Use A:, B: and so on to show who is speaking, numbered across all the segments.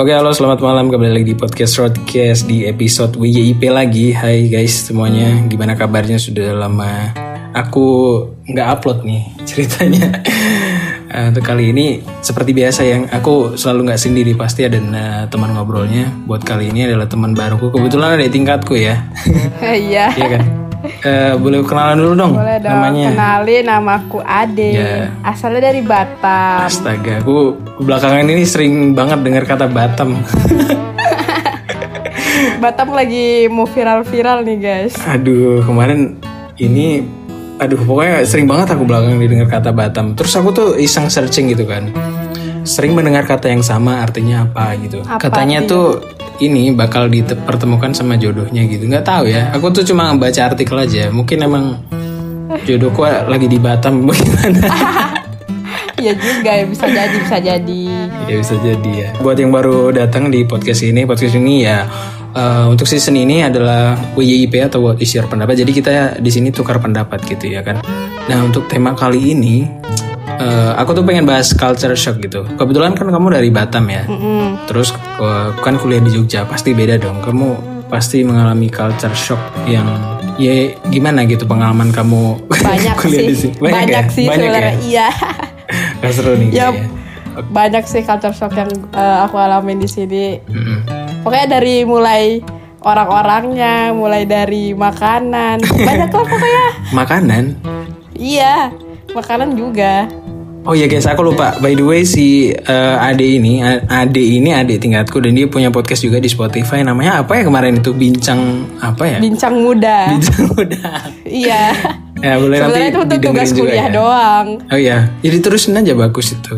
A: Oke, halo selamat malam kembali lagi di podcast Roadcast di episode WJIP lagi. Hai guys semuanya, gimana kabarnya? Sudah lama aku nggak upload nih ceritanya. Eh, Untuk kali ini seperti biasa yang aku selalu nggak sendiri pasti ada eh, teman ngobrolnya. Buat kali ini adalah teman baruku kebetulan ada di tingkatku ya,
B: Iya.
A: iya kan? Eh, boleh kenalan dulu dong
B: Boleh dong
A: namanya.
B: kenalin namaku Ade.
A: Ya.
B: Asalnya dari Batam.
A: Astaga, aku belakangan ini sering banget dengar kata Batam.
B: Batam lagi mau viral-viral nih, guys.
A: Aduh, kemarin ini aduh pokoknya sering banget aku belakang didengar kata Batam. Terus aku tuh iseng searching gitu kan. Sering mendengar kata yang sama artinya apa gitu. Katanya tuh ini bakal dipertemukan sama jodohnya gitu. nggak tahu ya. Aku tuh cuma baca artikel aja. Mungkin emang jodohku lagi di Batam bagaimana.
B: Iya juga, ya, bisa jadi, bisa jadi.
A: ya bisa jadi ya. Buat yang baru datang di podcast ini, podcast ini ya eh, untuk season ini adalah WYIP atau What Is Your Pendapat. Jadi kita di sini tukar pendapat gitu ya kan. Nah untuk tema kali ini, eh, aku tuh pengen bahas culture shock gitu. Kebetulan kan kamu dari Batam ya.
B: Mm-mm.
A: Terus eh, kan kuliah di Jogja, pasti beda dong. Kamu pasti mengalami culture shock yang ya gimana gitu pengalaman kamu
B: Banyak
A: kuliah
B: sih.
A: di sini.
B: Banyak,
A: ya?
B: sih
A: Banyak
B: sebenarnya.
A: ya? iya.
B: Iya.
A: Nggak seru nih.
B: Ya,
A: kayaknya.
B: Banyak sih culture shock yang eh, aku alamin di sini.
A: Mm-mm.
B: Pokoknya dari mulai orang-orangnya, mulai dari makanan. Banyak lah pokoknya.
A: Makanan
B: Iya. Makanan juga.
A: Oh iya guys, aku lupa. By the way si eh, Ade ini, A- Ade ini adik tingkatku dan dia punya podcast juga di Spotify. Namanya apa ya kemarin itu? Bincang apa ya?
B: Bincang muda.
A: Bincang udah.
B: Iya.
A: Ya boleh nanti
B: Sebenarnya itu untuk
A: didengerin
B: tugas
A: juga
B: kuliah
A: ya.
B: doang.
A: Oh iya, jadi terusin aja bagus itu.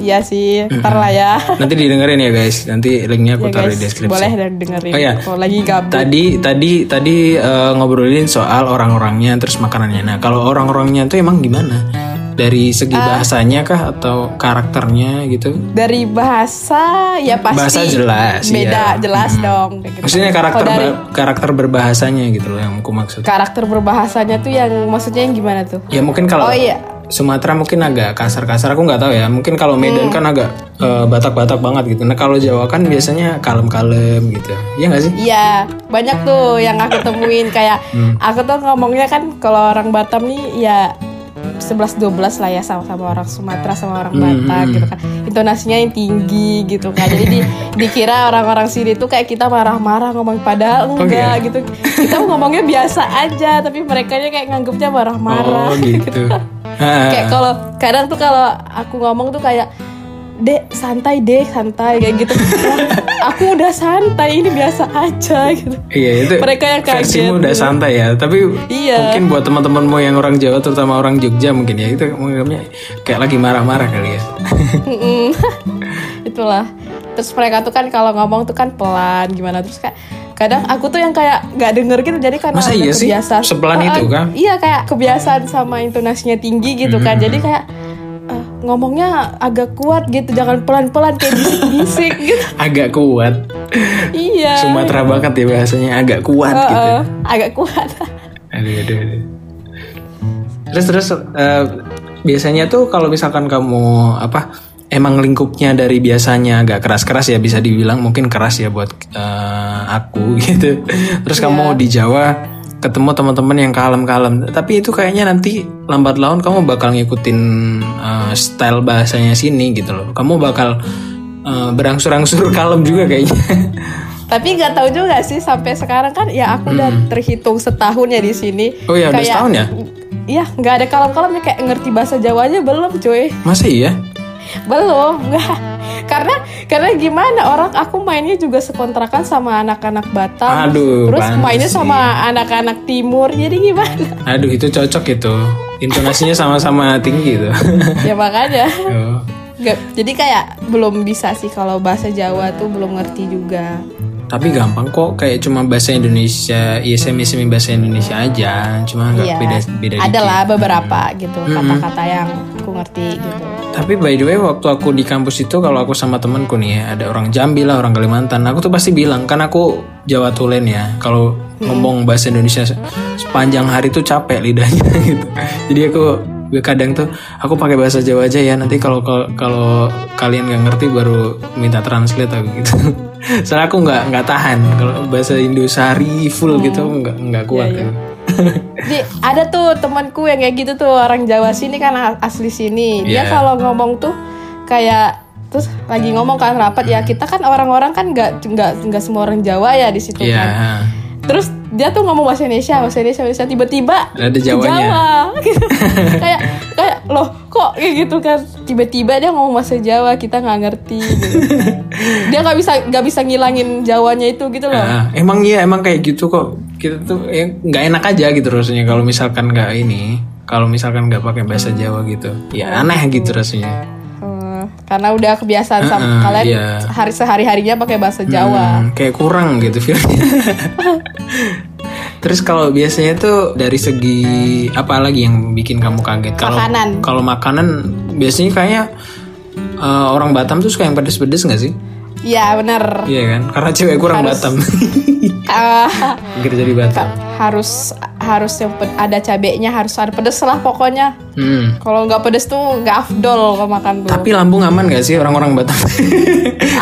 B: Iya sih, ntar lah ya.
A: Nanti didengerin ya guys. Nanti linknya aku
B: Ya
A: taruh
B: guys,
A: di deskripsi.
B: boleh dong dengerin.
A: Oh iya.
B: Kalau lagi gabut.
A: Tadi tadi tadi eh, ngobrolin soal orang-orangnya terus makanannya. Nah kalau orang-orangnya itu emang gimana? Dari segi
B: Eh.
A: bahasanya kah atau karakternya gitu?
B: Dari bahasa ya pasti
A: Bahasa jelas,
B: beda
A: iya.
B: jelas dong. kayak gitu.
A: Maksudnya karakter
B: Kalau dari
A: ber- karakter berbahasanya gitu loh yang aku maksud.
B: karakter berbahasanya tuh yang maksudnya yang gimana tuh?
A: Ya mungkin kalau
B: Oh iya.
A: Sumatera mungkin agak kasar-kasar aku nggak tahu ya. Mungkin kalau Medan
B: Iya.
A: kan agak eh, batak-batak banget gitu. Nah kalau Jawa kan biasanya kalem-kalem gitu. Iya nggak sih?
B: Iya, banyak tuh yang aku temuin kayak
A: Hmm.
B: aku tuh ngomongnya kan kalau orang Batam nih ya 11 12 lah ya sama-sama orang Sumatera sama
A: Hmm,
B: orang Batak gitu kan. Intonasinya yang tinggi gitu kan. Jadi di, dikira orang-orang sini tuh kayak kita marah-marah ngomong padahal enggak
A: iya?
B: gitu. Kita ngomongnya biasa aja tapi mereka kayak nganggepnya
A: Oh
B: marah-marah
A: gitu. Ah,
B: kayak kalau kadang tuh kalau aku ngomong tuh kayak dek santai deh santai kayak gitu Lah, aku udah santai ini biasa aja gitu
A: Iya itu.
B: mereka yang kaget
A: Versimu udah santai ya, tapi
B: Iya.
A: mungkin buat teman-temanmu yang orang Jawa terutama orang Jogja mungkin ya itu menganggapnya kayak lagi marah-marah kali ya.
B: Mm-mm. Mm. itulah terus mereka tuh kan kalau ngomong tuh kan pelan gimana terus kayak kadang aku tuh yang kayak nggak denger gitu jadi karena
A: Masa
B: udah
A: iya sih?
B: kebiasaan
A: Sepelan
B: Oh,
A: itu kan?
B: oh,
A: kah?
B: iya kayak kebiasaan sama intonasinya tinggi gitu kan
A: Mm-hmm.
B: jadi kayak eh, ngomongnya agak kuat gitu jangan pelan-pelan kayak bisik-bisik gitu
A: Agak kuat.
B: iya
A: Sumatera banget ya bahasanya agak kuat
B: Oh,
A: gitu.
B: oh, agak kuat
A: Aduh, aduh, aduh. Terus terus eh, biasanya tuh kalau misalkan kamu apa emang lingkupnya dari biasanya agak keras-keras ya bisa dibilang mungkin keras ya buat eh, aku gitu. Terus kamu di Jawa ketemu teman-teman yang kalem-kalem, tapi itu kayaknya nanti lambat laun kamu bakal ngikutin eh, style bahasanya sini gitu loh. Kamu bakal eh, berangsur-angsur kalem juga kayaknya.
B: Tapi nggak tahu juga sih sampai sekarang kan ya aku udah terhitung setahun ya di sini.
A: Mm-hmm. Oh iya, udah
B: Kayak-
A: setahun ya?
B: Iya, nggak ada kalem-kalemnya kayak ngerti bahasa Jawanya belum, cuy.
A: Masa iya?
B: Belum, nggak. Karena karena gimana orang aku mainnya juga sekontrakan sama anak-anak Batam.
A: Aduh,
B: terus
A: pantes
B: mainnya
A: sih.
B: sama anak-anak Timur. Jadi gimana?
A: Aduh itu cocok itu Intonasinya sama-sama tinggi itu
B: ya makanya.
A: Oh.
B: Nggak, jadi kayak belum bisa sih kalau bahasa Jawa tuh belum ngerti juga.
A: Tapi gampang kok Kayak cuma bahasa Indonesia ISM ISM bahasa Indonesia aja Cuma nggak
B: Iya.
A: beda beda
B: Ada
A: dikit.
B: lah beberapa gitu kata-kata yang aku ngerti gitu.
A: Tapi by the way waktu aku di kampus itu Kalau aku sama temanku nih ya Ada orang Jambi lah orang Kalimantan Aku tuh pasti bilang Kan aku Jawa Tulen ya Kalau
B: Hmm.
A: ngomong bahasa Indonesia se- Sepanjang hari tuh capek lidahnya gitu Jadi aku gue kadang tuh aku pakai bahasa Jawa aja ya nanti kalau kalau- kalau kalian nggak ngerti baru minta translate aku gitu soalnya aku nggak nggak tahan kalau bahasa Indosari full gitu aku nggak nggak kuat
B: Iya,
A: ya,
B: iya. Di, ada tuh temanku yang kayak gitu tuh orang Jawa sini kan a- asli sini. Dia
A: Iya.
B: kalau ngomong tuh kayak terus lagi ngomong kan rapat ya kita kan orang-orang kan nggak nggak nggak semua orang Jawa ya di situ
A: Iya,
B: kan.
A: ha.
B: Terus dia tuh ngomong bahasa Indonesia, bahasa Indonesia, bahasa Indonesia. tiba-tiba
A: Ada
B: ke
A: Jawanya.
B: Jawa. Gitu. kayak kayak loh kok kayak gitu kan tiba-tiba dia ngomong bahasa Jawa kita nggak ngerti. gitu. dia nggak bisa nggak bisa ngilangin Jawanya itu gitu loh.
A: Ah, emang iya emang kayak gitu kok kita tuh eh, nggak enak aja gitu rasanya kalau misalkan nggak ini kalau misalkan nggak pakai bahasa Jawa gitu ya aneh gitu rasanya
B: Hmm, karena udah kebiasaan sama
A: Heeh,
B: kalian
A: iya.
B: hari sehari harinya pakai bahasa Jawa.
A: Hmm, kayak kurang gitu feelnya terus kalau biasanya tuh dari segi apa lagi yang bikin kamu kaget kalau
B: Makanan.
A: kalau makanan biasanya kayaknya eh, orang Batam tuh suka yang pedes-pedes nggak sih
B: Iya benar.
A: iya kan karena cewek kurang Batam kita jadi Batam
B: Ah, harus harus yang ped- ada cabenya harus ada pedes lah pokoknya.
A: hmm.
B: Kalau nggak pedes tuh nggak afdol kalau makan tuh.
A: Tapi lambung aman gak sih orang-orang Batam?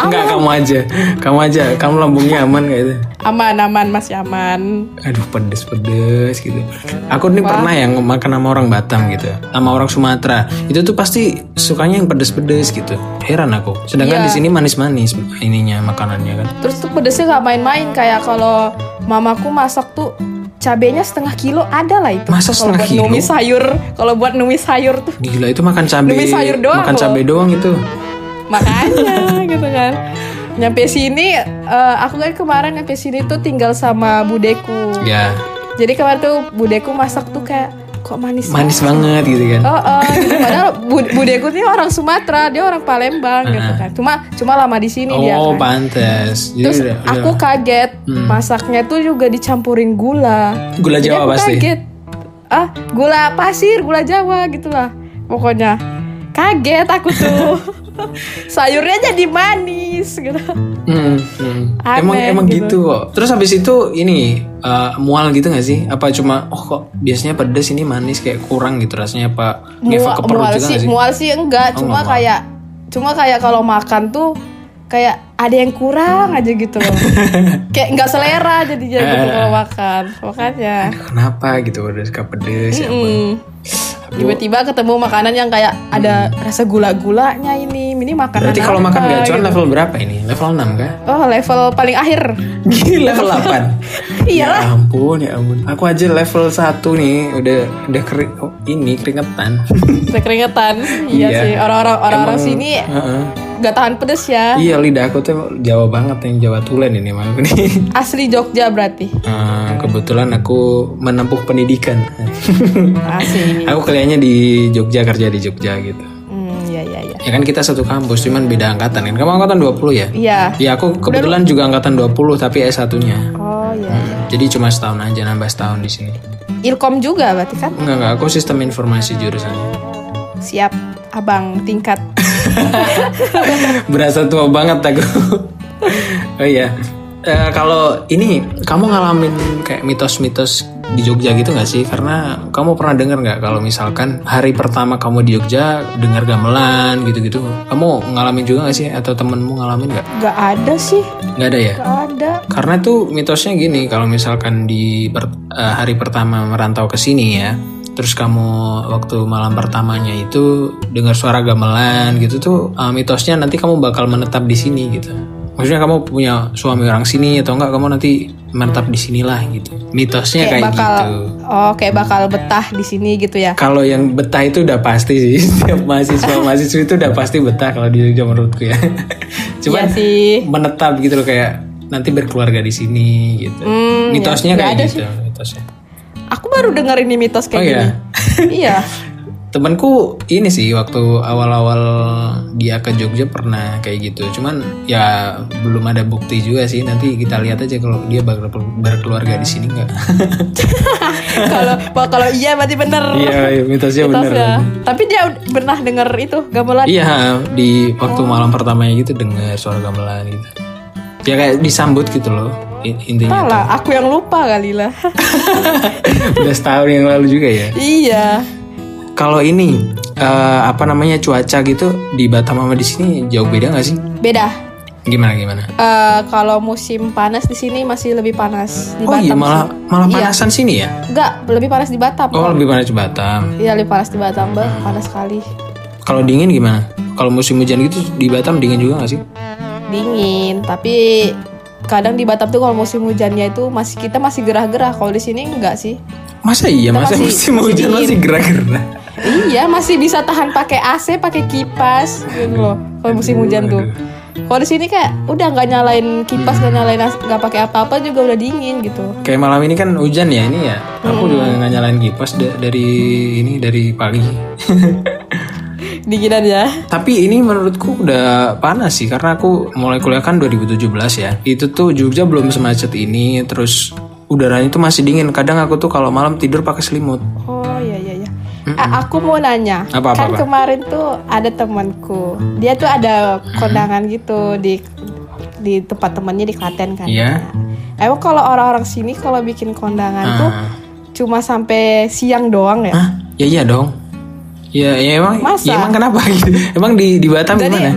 A: Enggak, kamu aja. Kamu aja, kamu lambungnya aman gak itu?
B: Aman aman masih aman.
A: Aduh pedes-pedes gitu. Aku nih pernah yang makan sama orang Batam gitu. Sama orang Sumatera. Itu tuh pasti sukanya yang pedes-pedes gitu. Heran aku. Sedangkan di sini manis-manis ininya makanannya kan.
B: Terus tuh pedesnya nggak main-main kayak kalau mamaku masak tuh cabenya setengah kilo ada lah itu.
A: Masa
B: Kalau
A: setengah
B: buat
A: kilo?
B: numis sayur, kalau buat numis sayur tuh
A: Gila itu makan cabe.
B: Demi sayur doang
A: makan
B: loh.
A: cabe doang itu.
B: makanya gitu kan nyampe sini eh, aku kan kemarin nyampe sini tuh tinggal sama budeku
A: Ya,
B: jadi kemarin tuh budeku masak tuh kayak kok manis
A: manis banget gitu kan.
B: Oh, oh, gitu. padahal bu- budeku ini orang Sumatera, dia orang Palembang gitu kan. Cuma cuma lama di sini dia
A: Oh,
B: kan.
A: pantes. Jadi
B: Terus
A: udah-
B: aku
A: udah.
B: kaget masaknya tuh juga dicampurin gula.
A: Hmm. Gula
B: Jadi
A: Jawa
B: aku
A: pasti.
B: Kaget. Ah, gula pasir, gula Jawa gitulah. Pokoknya kaget aku tuh. Sayurnya jadi manis gitu.
A: Hmm, hmm.
B: Aneh,
A: emang emang
B: gitu.
A: gitu. kok. Terus habis itu ini eh, mual gitu gak sih? Apa cuma oh kok biasanya pedes ini manis kayak kurang gitu rasanya apa? Ngefek
B: Mual,
A: ke perut
B: mual
A: juga
B: sih,
A: gak sih?
B: mual sih enggak,
A: Oh,
B: cuma
A: enggak mual.
B: kayak cuma kayak kalau makan tuh kayak ada yang kurang aja gitu loh. kayak nggak selera jadinya gitu
A: Eh.
B: kalau makan. Makanya.
A: Kenapa gitu pedes ke pedes ya ampun.
B: Mm. Tiba-tiba ketemu makanan yang kayak ada rasa gula-gulanya ini. Ini makanan
A: Berarti kalau
B: apa
A: makan gacuan
B: gitu.
A: level berapa ini? Level 6 kah?
B: Oh, level paling akhir. Iya.
A: Gila level 8.
B: Iyalah.
A: Ya ampun, ya ampun. Aku aja level 1 nih udah udah kering oh, ini keringetan.
B: Saya keringetan. Iya
A: Iya.
B: sih, orang-orang orang-orang
A: Emang-
B: sini
A: Heeh.
B: nggak tahan pedes ya.
A: Iya lidah aku tuh Jawa banget yang Jawa tulen ini mah nih.
B: Asli Jogja berarti.
A: Eh, kebetulan aku menempuh pendidikan.
B: Asli.
A: aku kuliahnya di Jogja, kerja di Jogja gitu.
B: Hmm, iya iya iya.
A: Ya kan kita satu kampus, cuman beda angkatan kan. Kamu angkatan 20 ya?
B: Iya.
A: Ya aku kebetulan juga angkatan 20 tapi S1-nya.
B: Oh iya.
A: Jadi cuma setahun aja nambah setahun di sini.
B: Ilkom juga berarti kan?
A: Enggak enggak, aku sistem informasi jurusannya.
B: Siap, abang tingkat.
A: Berasa tua banget aku. oh iya. Eh, kalau ini kamu ngalamin kayak mitos-mitos di Jogja gitu nggak sih? Karena kamu pernah dengar nggak kalau misalkan hari pertama kamu di Jogja dengar gamelan gitu-gitu, kamu ngalamin juga nggak sih? Atau temenmu ngalamin nggak?
B: Gak ada sih,
A: Nggak ada ya?
B: gak ada.
A: Karena tuh mitosnya gini, kalau misalkan di per- eh, hari pertama merantau ke sini ya, terus kamu waktu malam pertamanya itu dengar suara gamelan gitu tuh, eh, mitosnya nanti kamu bakal menetap di sini gitu. Maksudnya kamu punya suami orang sini atau enggak kamu nanti menetap di sinilah gitu. Mitosnya kayak,
B: bakal,
A: gitu.
B: oh kayak bakal betah di sini gitu ya.
A: Kalau yang betah itu udah pasti sih. Setiap mahasiswa mahasiswa itu udah pasti betah kalau di Jogja menurutku ya. Cuman
B: Iya sih.
A: menetap gitu loh kayak nanti berkeluarga di sini gitu.
B: Hmm,
A: mitosnya
B: ya, nggak
A: kayak
B: ada
A: gitu, mitosnya.
B: Aku baru denger ini mitos kayak
A: Oh, iya?
B: gini. iya.
A: Temanku ini sih waktu awal-awal dia ke Jogja pernah kayak gitu. Cuman ya belum ada bukti juga sih. Nanti kita lihat aja kalau dia bakal berkeluarga di sini nggak.
B: Kalau wah, kalau iya berarti bener.
A: Iya, mitosnya bener.
B: Mitosnya. Tapi dia ud- pernah denger itu gamelan.
A: Iya, di waktu malam pertamanya gitu dengar suara gamelan gitu. Ya kayak disambut gitu loh in-
B: Entah
A: intinya.
B: lah, aku yang lupa kali lah.
A: Udah setahun yang lalu juga ya.
B: iya.
A: kalau ini eh, apa namanya cuaca gitu di Batam sama di sini jauh beda nggak sih?
B: Beda.
A: Gimana gimana?
B: Eh, kalau musim panas di sini masih lebih panas di
A: oh
B: Batam.
A: iya malah
B: sih.
A: malah
B: Iya.
A: panasan sini ya?
B: Enggak, lebih panas di Batam.
A: Oh Hmm. lebih panas di Batam.
B: Iya, lebih panas di Batam, Bang. Panas sekali.
A: Kalau dingin gimana? Kalau musim hujan gitu di Batam dingin juga nggak sih?
B: Dingin, tapi kadang di Batam tuh kalau musim hujannya itu masih kita masih gerah-gerah. Kalau di sini enggak sih.
A: Masa iya
B: Kita
A: masa
B: masih-
A: musim
B: masih
A: hujan
B: dingin.
A: masih gerak-gerak.
B: Iya, masih bisa tahan pakai AC, pakai kipas gitu loh. Kalau musim hujan tuh. Kalau di sini kayak udah nggak nyalain kipas, nggak nyalain AC, nggak pakai apa-apa juga udah dingin gitu.
A: Kayak malam ini kan hujan ya ini ya.
B: Hmm.
A: Aku juga nggak nyalain kipas da- dari ini dari pagi.
B: Dinginan ya.
A: Tapi ini menurutku udah panas sih karena aku mulai kuliah kan 2017 ya. Itu tuh Jogja belum semacet ini terus udaranya tuh masih dingin. Kadang aku tuh kalau malam tidur pakai selimut.
B: Oh iya iya iya. Ah, aku mau nanya,
A: Apa, apa,
B: kan
A: apa?
B: kemarin tuh ada temanku, dia tuh ada kondangan gitu di di tempat temannya di Klaten kan.
A: Iya.
B: Emang kalau orang-orang sini kalau bikin kondangan tuh
A: Ah.
B: cuma sampai siang doang ya?
A: Hah? Ya iya dong. Ya, ya emang
B: Masa?
A: ya emang kenapa gitu? Emang di di Batam
B: Jadi-
A: gimana?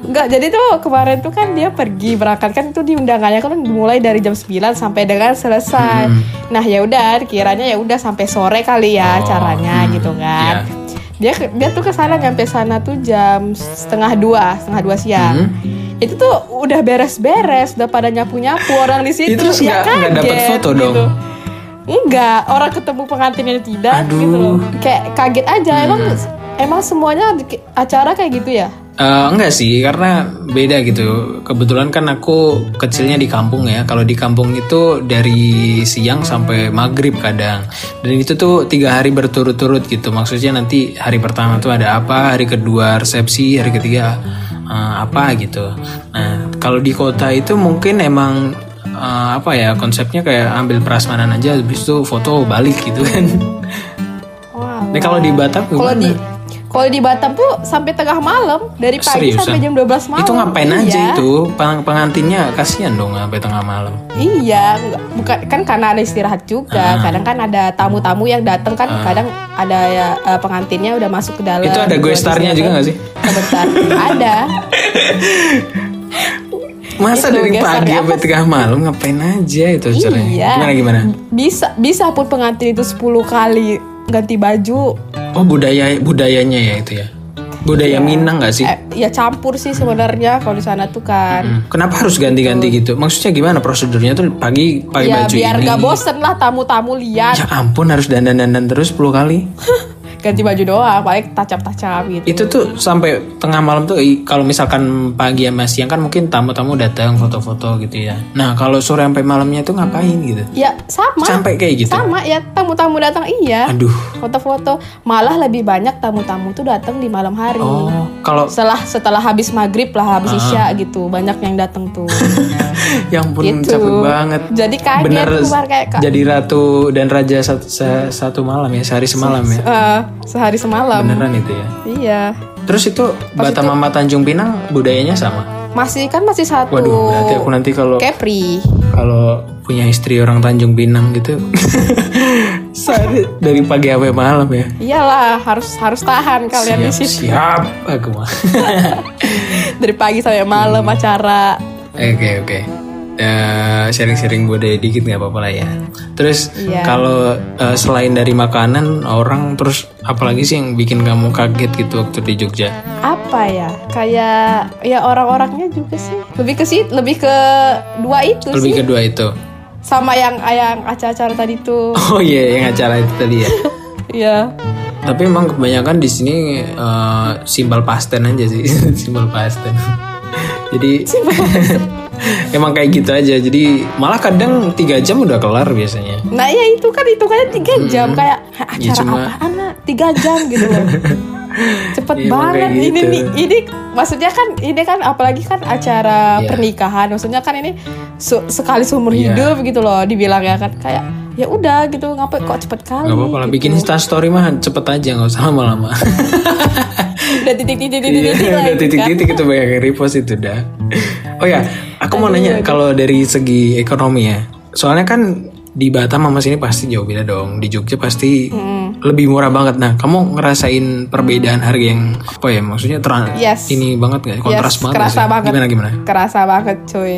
B: Enggak, jadi tuh kemarin tuh kan dia pergi berangkat kan tuh di undangannya kan mulai dari jam 9 sampai dengan selesai.
A: Hmm.
B: Nah, ya udah kiranya ya udah sampai sore kali ya
A: Oh,
B: caranya
A: hmm,
B: gitu
A: iya.
B: kan. Dia ke- dia tuh ke sana nyampe sana tuh jam setengah dua, setengah dua siang.
A: Hmm.
B: Itu tuh udah beres-beres, udah pada nyapu-nyapu orang di situ.
A: Itu terus
B: ya
A: nggak- nggak dapat
B: kaget
A: foto dong?
B: Enggak, orang ketemu pengantinnya tidak gitu
A: Aduh. Hmm.
B: loh. Kayak kaget aja emang emang semuanya di- acara kayak gitu ya?
A: Eh, enggak sih, karena beda gitu. Kebetulan kan aku kecilnya di kampung ya. Kalau di kampung itu dari siang sampai maghrib kadang. Dan itu tuh tiga hari berturut-turut gitu. Maksudnya nanti hari pertama tuh ada apa, hari kedua resepsi, hari ketiga eh, apa gitu. Nah, kalau di kota itu mungkin emang eh, apa ya konsepnya kayak ambil prasmanan aja, habis itu foto balik gitu kan.
B: Wah.
A: Nah kalau di Batam gimana?
B: Kalau di kalau di Batam tuh sampai tengah malam dari pagi
A: Seriusan?
B: sampai jam 12 malam.
A: Itu ngapain
B: Iya.
A: aja itu Peng- pengantinnya kasihan dong sampai tengah malam.
B: Iya, nggak- bukan kan karena ada istirahat juga.
A: Ah.
B: Kadang kan ada tamu-tamu yang datang kan kadang ada ya eh, pengantinnya udah masuk ke dalam.
A: Itu ada
B: Gitu,
A: guestarnya
B: habis
A: juga
B: itu-
A: nggak sih?
B: Sebentar. ada.
A: Masa
B: Itu
A: dari
B: geser
A: pagi
B: apa
A: sampai tengah malam ngapain aja itu caranya?
B: Iya.
A: Gimana gimana?
B: Bisa bisa pun pengantin itu 10 kali ganti baju.
A: Oh budaya budayanya ya itu ya. Budaya Minang nggak sih?
B: Eh, ya campur sih sebenarnya kalau di sana tuh kan.
A: Hmm. Kenapa harus ganti-ganti gitu? Maksudnya gimana prosedurnya tuh pagi pakai
B: Ya
A: baju
B: biar
A: ini?
B: nggak bosen lah tamu-tamu lihat.
A: Ya ampun harus dandan-dandan terus 10 kali.
B: ganti baju doang paling tacap-tacap gitu
A: Itu tuh sampai tengah malam tuh i- kalau misalkan pagi sama siang kan mungkin tamu-tamu datang foto-foto gitu ya. Nah, kalau sore sampai malamnya tuh ngapain gitu?
B: ya sama
A: Sampai kayak gitu.
B: sama ya tamu-tamu datang iya
A: Aduh.
B: foto-foto malah lebih banyak tamu-tamu tuh datang di malam hari
A: Oh, Ah. kalau
B: setelah setelah habis maghrib lah habis isya gitu banyak yang datang tuh
A: yang pun
B: Gitu.
A: capek banget.
B: jadi kaget
A: Bener
B: keluar kayak "Kak,
A: jadi ratu dan raja satu, se- satu malam ya, sehari semalam ya.
B: eh, sehari semalam
A: Beneran itu ya.
B: iya
A: Terus itu Batam sama Tanjung Pinang budayanya sama.
B: masih kan masih satu
A: Waduh, berarti aku nanti kalau
B: Kepri
A: kalau punya istri orang Tanjung Pinang gitu. sehari dari pagi sampai malam ya.
B: iyalah harus harus tahan kalian di
A: Siap,
B: situ
A: siap aku mah.
B: dari pagi sampai malam acara
A: Oke oke. Eh, Sharing-sharing budaya dikit nggak apa-apa lah ya. Terus
B: Iya.
A: kalau eh, selain dari makanan, orang terus apalagi sih yang bikin kamu kaget gitu waktu di Jogja?
B: apa ya kayak ya orang-orangnya juga sih lebih ke sih lebih ke dua itu sih
A: Lebih kedua itu.
B: sama yang yang acara-acara tadi tuh
A: Oh iya yang acara itu tadi ya.
B: ya
A: Tapi emang kebanyakan di sini eh, simbal pasten aja sih, simbal pasten. Jadi emang kayak gitu aja. Jadi malah kadang tiga jam udah kelar biasanya.
B: nah ya itu kan hitungannya tiga jam kayak "Hah, acara
A: Hmm. Ya, cuma-
B: apaan lah tiga jam gitu loh cepet
A: Iya, emang
B: banget
A: kayak
B: ini
A: gitu.
B: nih ini maksudnya kan ini kan apalagi kan acara
A: Iya.
B: pernikahan maksudnya kan ini se- sekali seumur
A: Iya.
B: hidup gitu loh dibilang ya kan kayak ya udah gitu ngapain kok cepet kali
A: Gak apa-apa lah,
B: gitu.
A: bikin instastory mah cepet aja, nggak usah lama-lama.
B: udah titik titik titik
A: Iya,
B: titik
A: udah
B: lagi kan.
A: titik-titik itu banyak yang repost itu dah. Oh ya, aku mau nanya kalau dari segi ekonomi ya. Soalnya kan di Batam sama sini pasti jauh beda dong. Di Jogja pasti
B: Mm.
A: lebih murah banget. Nah, kamu ngerasain perbedaan harga yang apa ya? Maksudnya terang
B: Yes.
A: ini banget gak? Kontras
B: Yes,
A: banget. gak
B: kerasa
A: sih?
B: banget.
A: Gimana gimana?
B: Kerasa banget cuy.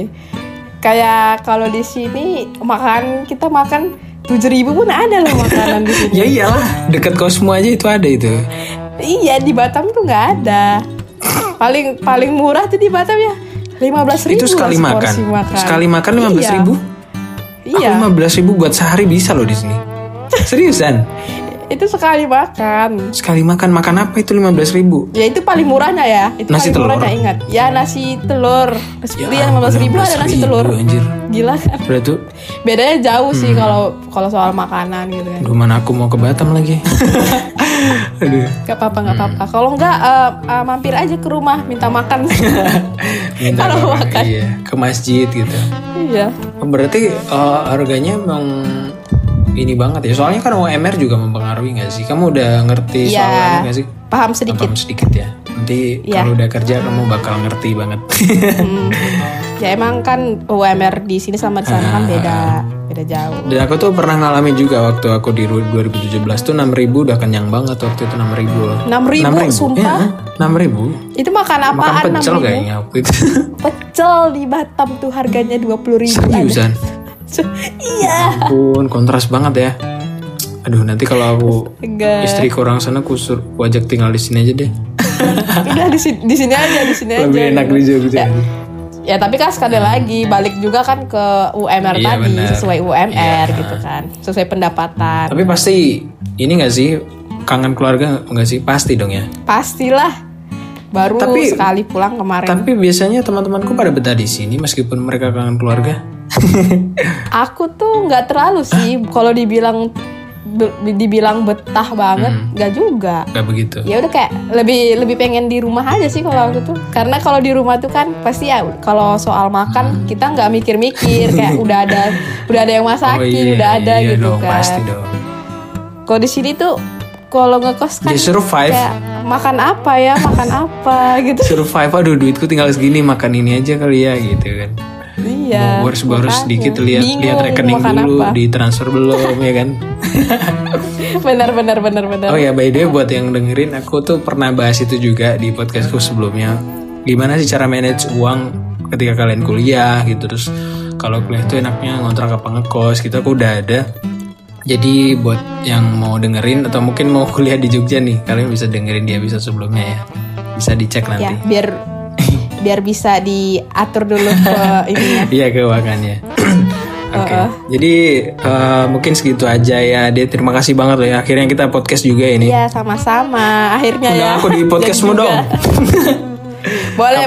B: Kayak kalau di sini makan kita makan 7000 pun ada loh makanan di sini.
A: Ya iyalah, dekat Cosmo aja itu ada itu.
B: Iya di Batam tuh nggak ada. Paling paling murah tuh di Batam ya 15.000
A: itu sekali
B: lah
A: makan.
B: seporsi makan.
A: Sekali makan 15.000 ribu.
B: Iya.
A: Aku 15 ribu buat sehari bisa loh di sini. Seriusan?
B: Itu sekali makan.
A: Sekali makan makan apa itu 15.000 ribu?
B: Ya itu paling murahnya ya. Itu
A: Nasi
B: paling
A: telur.
B: murahnya ingat. Ya nasi telur. Sepuluh ya, 15 ribu ada nasi
A: 15.000,
B: telur.
A: Anjir.
B: Gila kan?
A: Udah tuh,
B: Bedanya jauh
A: Hmm.
B: sih kalau kalau soal makanan gitu kan.
A: aduh, mana aku mau ke Batam lagi. aduh.
B: Gak apa-apa, gak apa-apa.
A: Hmm.
B: Kalau enggak eh, eh, mampir aja ke rumah minta makan.
A: Minta tolong,
B: Kalau makan.
A: Iya, ke masjid gitu.
B: iya.
A: Berarti eh, harganya memang ini banget ya. Soalnya kan UMR juga mempengaruhi nggak sih? Kamu udah ngerti
B: Iya.
A: soal ini nggak sih?
B: Paham sedikit.
A: Paham sedikit ya. Nanti
B: Iya.
A: kalau udah kerja kamu bakal ngerti banget.
B: Hmm. Ya emang kan UMR di sini sama di sana
A: Ah,
B: kan beda, beda jauh.
A: Dan aku tuh pernah ngalamin juga waktu aku di ru- 2017 tuh 6000 udah kenyang banget waktu itu 6000 loh.
B: 6.000,
A: 6.000,
B: sumpah.
A: Iya, 6000.
B: Itu makan
A: Makan
B: apaan?
A: pecel
B: 6.000?
A: kayaknya waktu itu.
B: Pecel di Batam tuh harganya 20 ribu.
A: Seriusan.
B: iya.
A: Ampun, kontras banget ya. Aduh, nanti kalau aku
B: Enggak.
A: istri kurang sana kusur, aku ajak tinggal di sini aja deh.
B: Udah di sini, di sini aja, di sini aja.
A: Lebih enak di Jogja.
B: Ya tapi kan sekali lagi balik juga kan ke UMR
A: Iya,
B: tadi
A: benar.
B: sesuai UMR gitu kan, sesuai pendapatan.
A: Tapi pasti ini gak sih kangen keluarga nggak sih? Pasti dong ya.
B: Pastilah. Baru
A: Tapi-
B: sekali pulang kemarin.
A: Tapi biasanya teman-temanku pada betah di sini meskipun mereka kangen keluarga.
B: Aku tuh nggak terlalu sih kalau dibilang be- dibilang betah banget,
A: Hmm.
B: nggak juga.
A: Gak begitu.
B: Ya udah kayak lebih lebih pengen di rumah aja sih kalau aku tuh. Karena kalau di rumah tuh kan pasti ya kalau soal
A: Hmm.
B: makan kita nggak mikir-mikir kayak udah ada udah ada yang masakin, udah ada
A: Oh, iya
B: gitu
A: dong,
B: kan.
A: pasti dong.
B: Kalau di sini tuh kalau ngekos kan
A: Dia survive.
B: kayak makan apa ya, makan apa gitu.
A: survive aduh duitku tinggal segini makan ini aja kali ya gitu kan
B: Iya.
A: baru baru
B: makanya.
A: sedikit lihat
B: Bingung
A: lihat rekening
B: makan
A: dulu
B: apa.
A: ditransfer belum ya kan
B: Benar benar benar benar.
A: oh ya by the way buat yang dengerin aku tuh pernah bahas itu juga di podcastku
B: Hmm.
A: sebelumnya gimana sih cara manage uang ketika kalian kuliah gitu terus kalau kuliah itu enaknya ngontrak apa ngekos gitu aku udah ada jadi buat yang mau dengerin atau mungkin mau kuliah di Jogja nih kalian bisa dengerin di episode sebelumnya ya bisa dicek nanti
B: Ya, biar biar bisa diatur dulu ke ininya.
A: Iya keuangannya. Oke, jadi eh, mungkin segitu aja ya. Dia terima kasih banget loh ya. Akhirnya kita podcast juga ini.
B: Iya, sama-sama. Akhirnya
A: Undang
B: ya.
A: aku di podcastmu
B: Jadi juga.
A: dong.
B: boleh,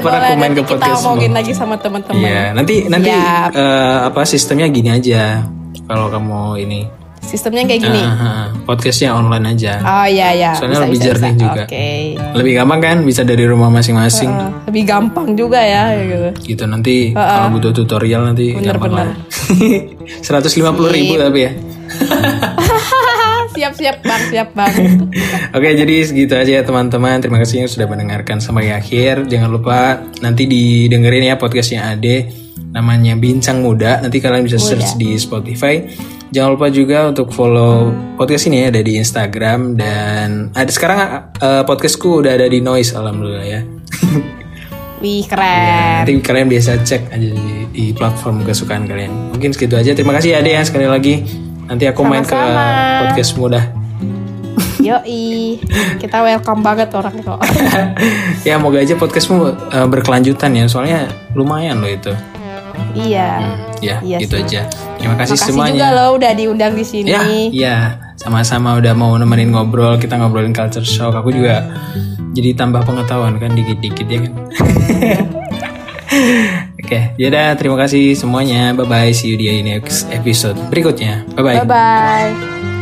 A: Kapan aku
B: boleh.
A: main
B: Nanti
A: ke
B: kita
A: podcastmu?
B: ngomongin lagi sama teman-teman.
A: Iya, nanti nanti
B: Siap.
A: eh, apa sistemnya gini aja. Kalau kamu ini
B: Sistemnya kayak gini.
A: Aha, podcastnya online aja.
B: Oh iya ya.
A: Ah. Soalnya lebih jernih juga.
B: Oke.
A: Lebih gampang kan? Bisa dari rumah masing-masing.
B: Eh, lebih gampang juga ya gitu.
A: Gitu nanti kalau butuh tutorial nanti
B: Bener-bener.
A: Seratus lima puluh ribu tapi ya.
B: Siap-siap Bang, Ah, siap Bang.
A: Oke, jadi segitu aja ya teman-teman. Terima kasih yang sudah mendengarkan sampai akhir. Jangan lupa nanti didengerin ya podcastnya Ade. Namanya Bincang Muda. Nanti kalian bisa search di Spotify. Jangan lupa juga untuk follow podcast ini ya. Ada di Instagram. Dan ada sekarang eh, podcastku udah ada di Noise. Alhamdulillah ya.
B: Wih, keren.
A: Nanti kalian biasa cek aja di, di platform kesukaan kalian. Mungkin segitu aja. Terima kasih Ade ya sekali lagi. Nanti aku main ke
B: Sama-sama.
A: podcast muda. Iya.
B: Yoi. Kita welcome banget orang kok.
A: ya moga aja podcastmu eh, berkelanjutan ya soalnya lumayan loh itu
B: iya.
A: ya
B: Iya
A: gitu aja terima kasih
B: Makasih juga
A: semuanya
B: loh udah diundang di sini.
A: ya ya sama-sama udah mau nemenin ngobrol kita ngobrolin culture shock aku juga
B: Mm.
A: jadi tambah pengetahuan kan dikit-dikit ya kan oke ya yaudah terima kasih semuanya bye bye see you di next episode berikutnya bye bye
B: Bye bye.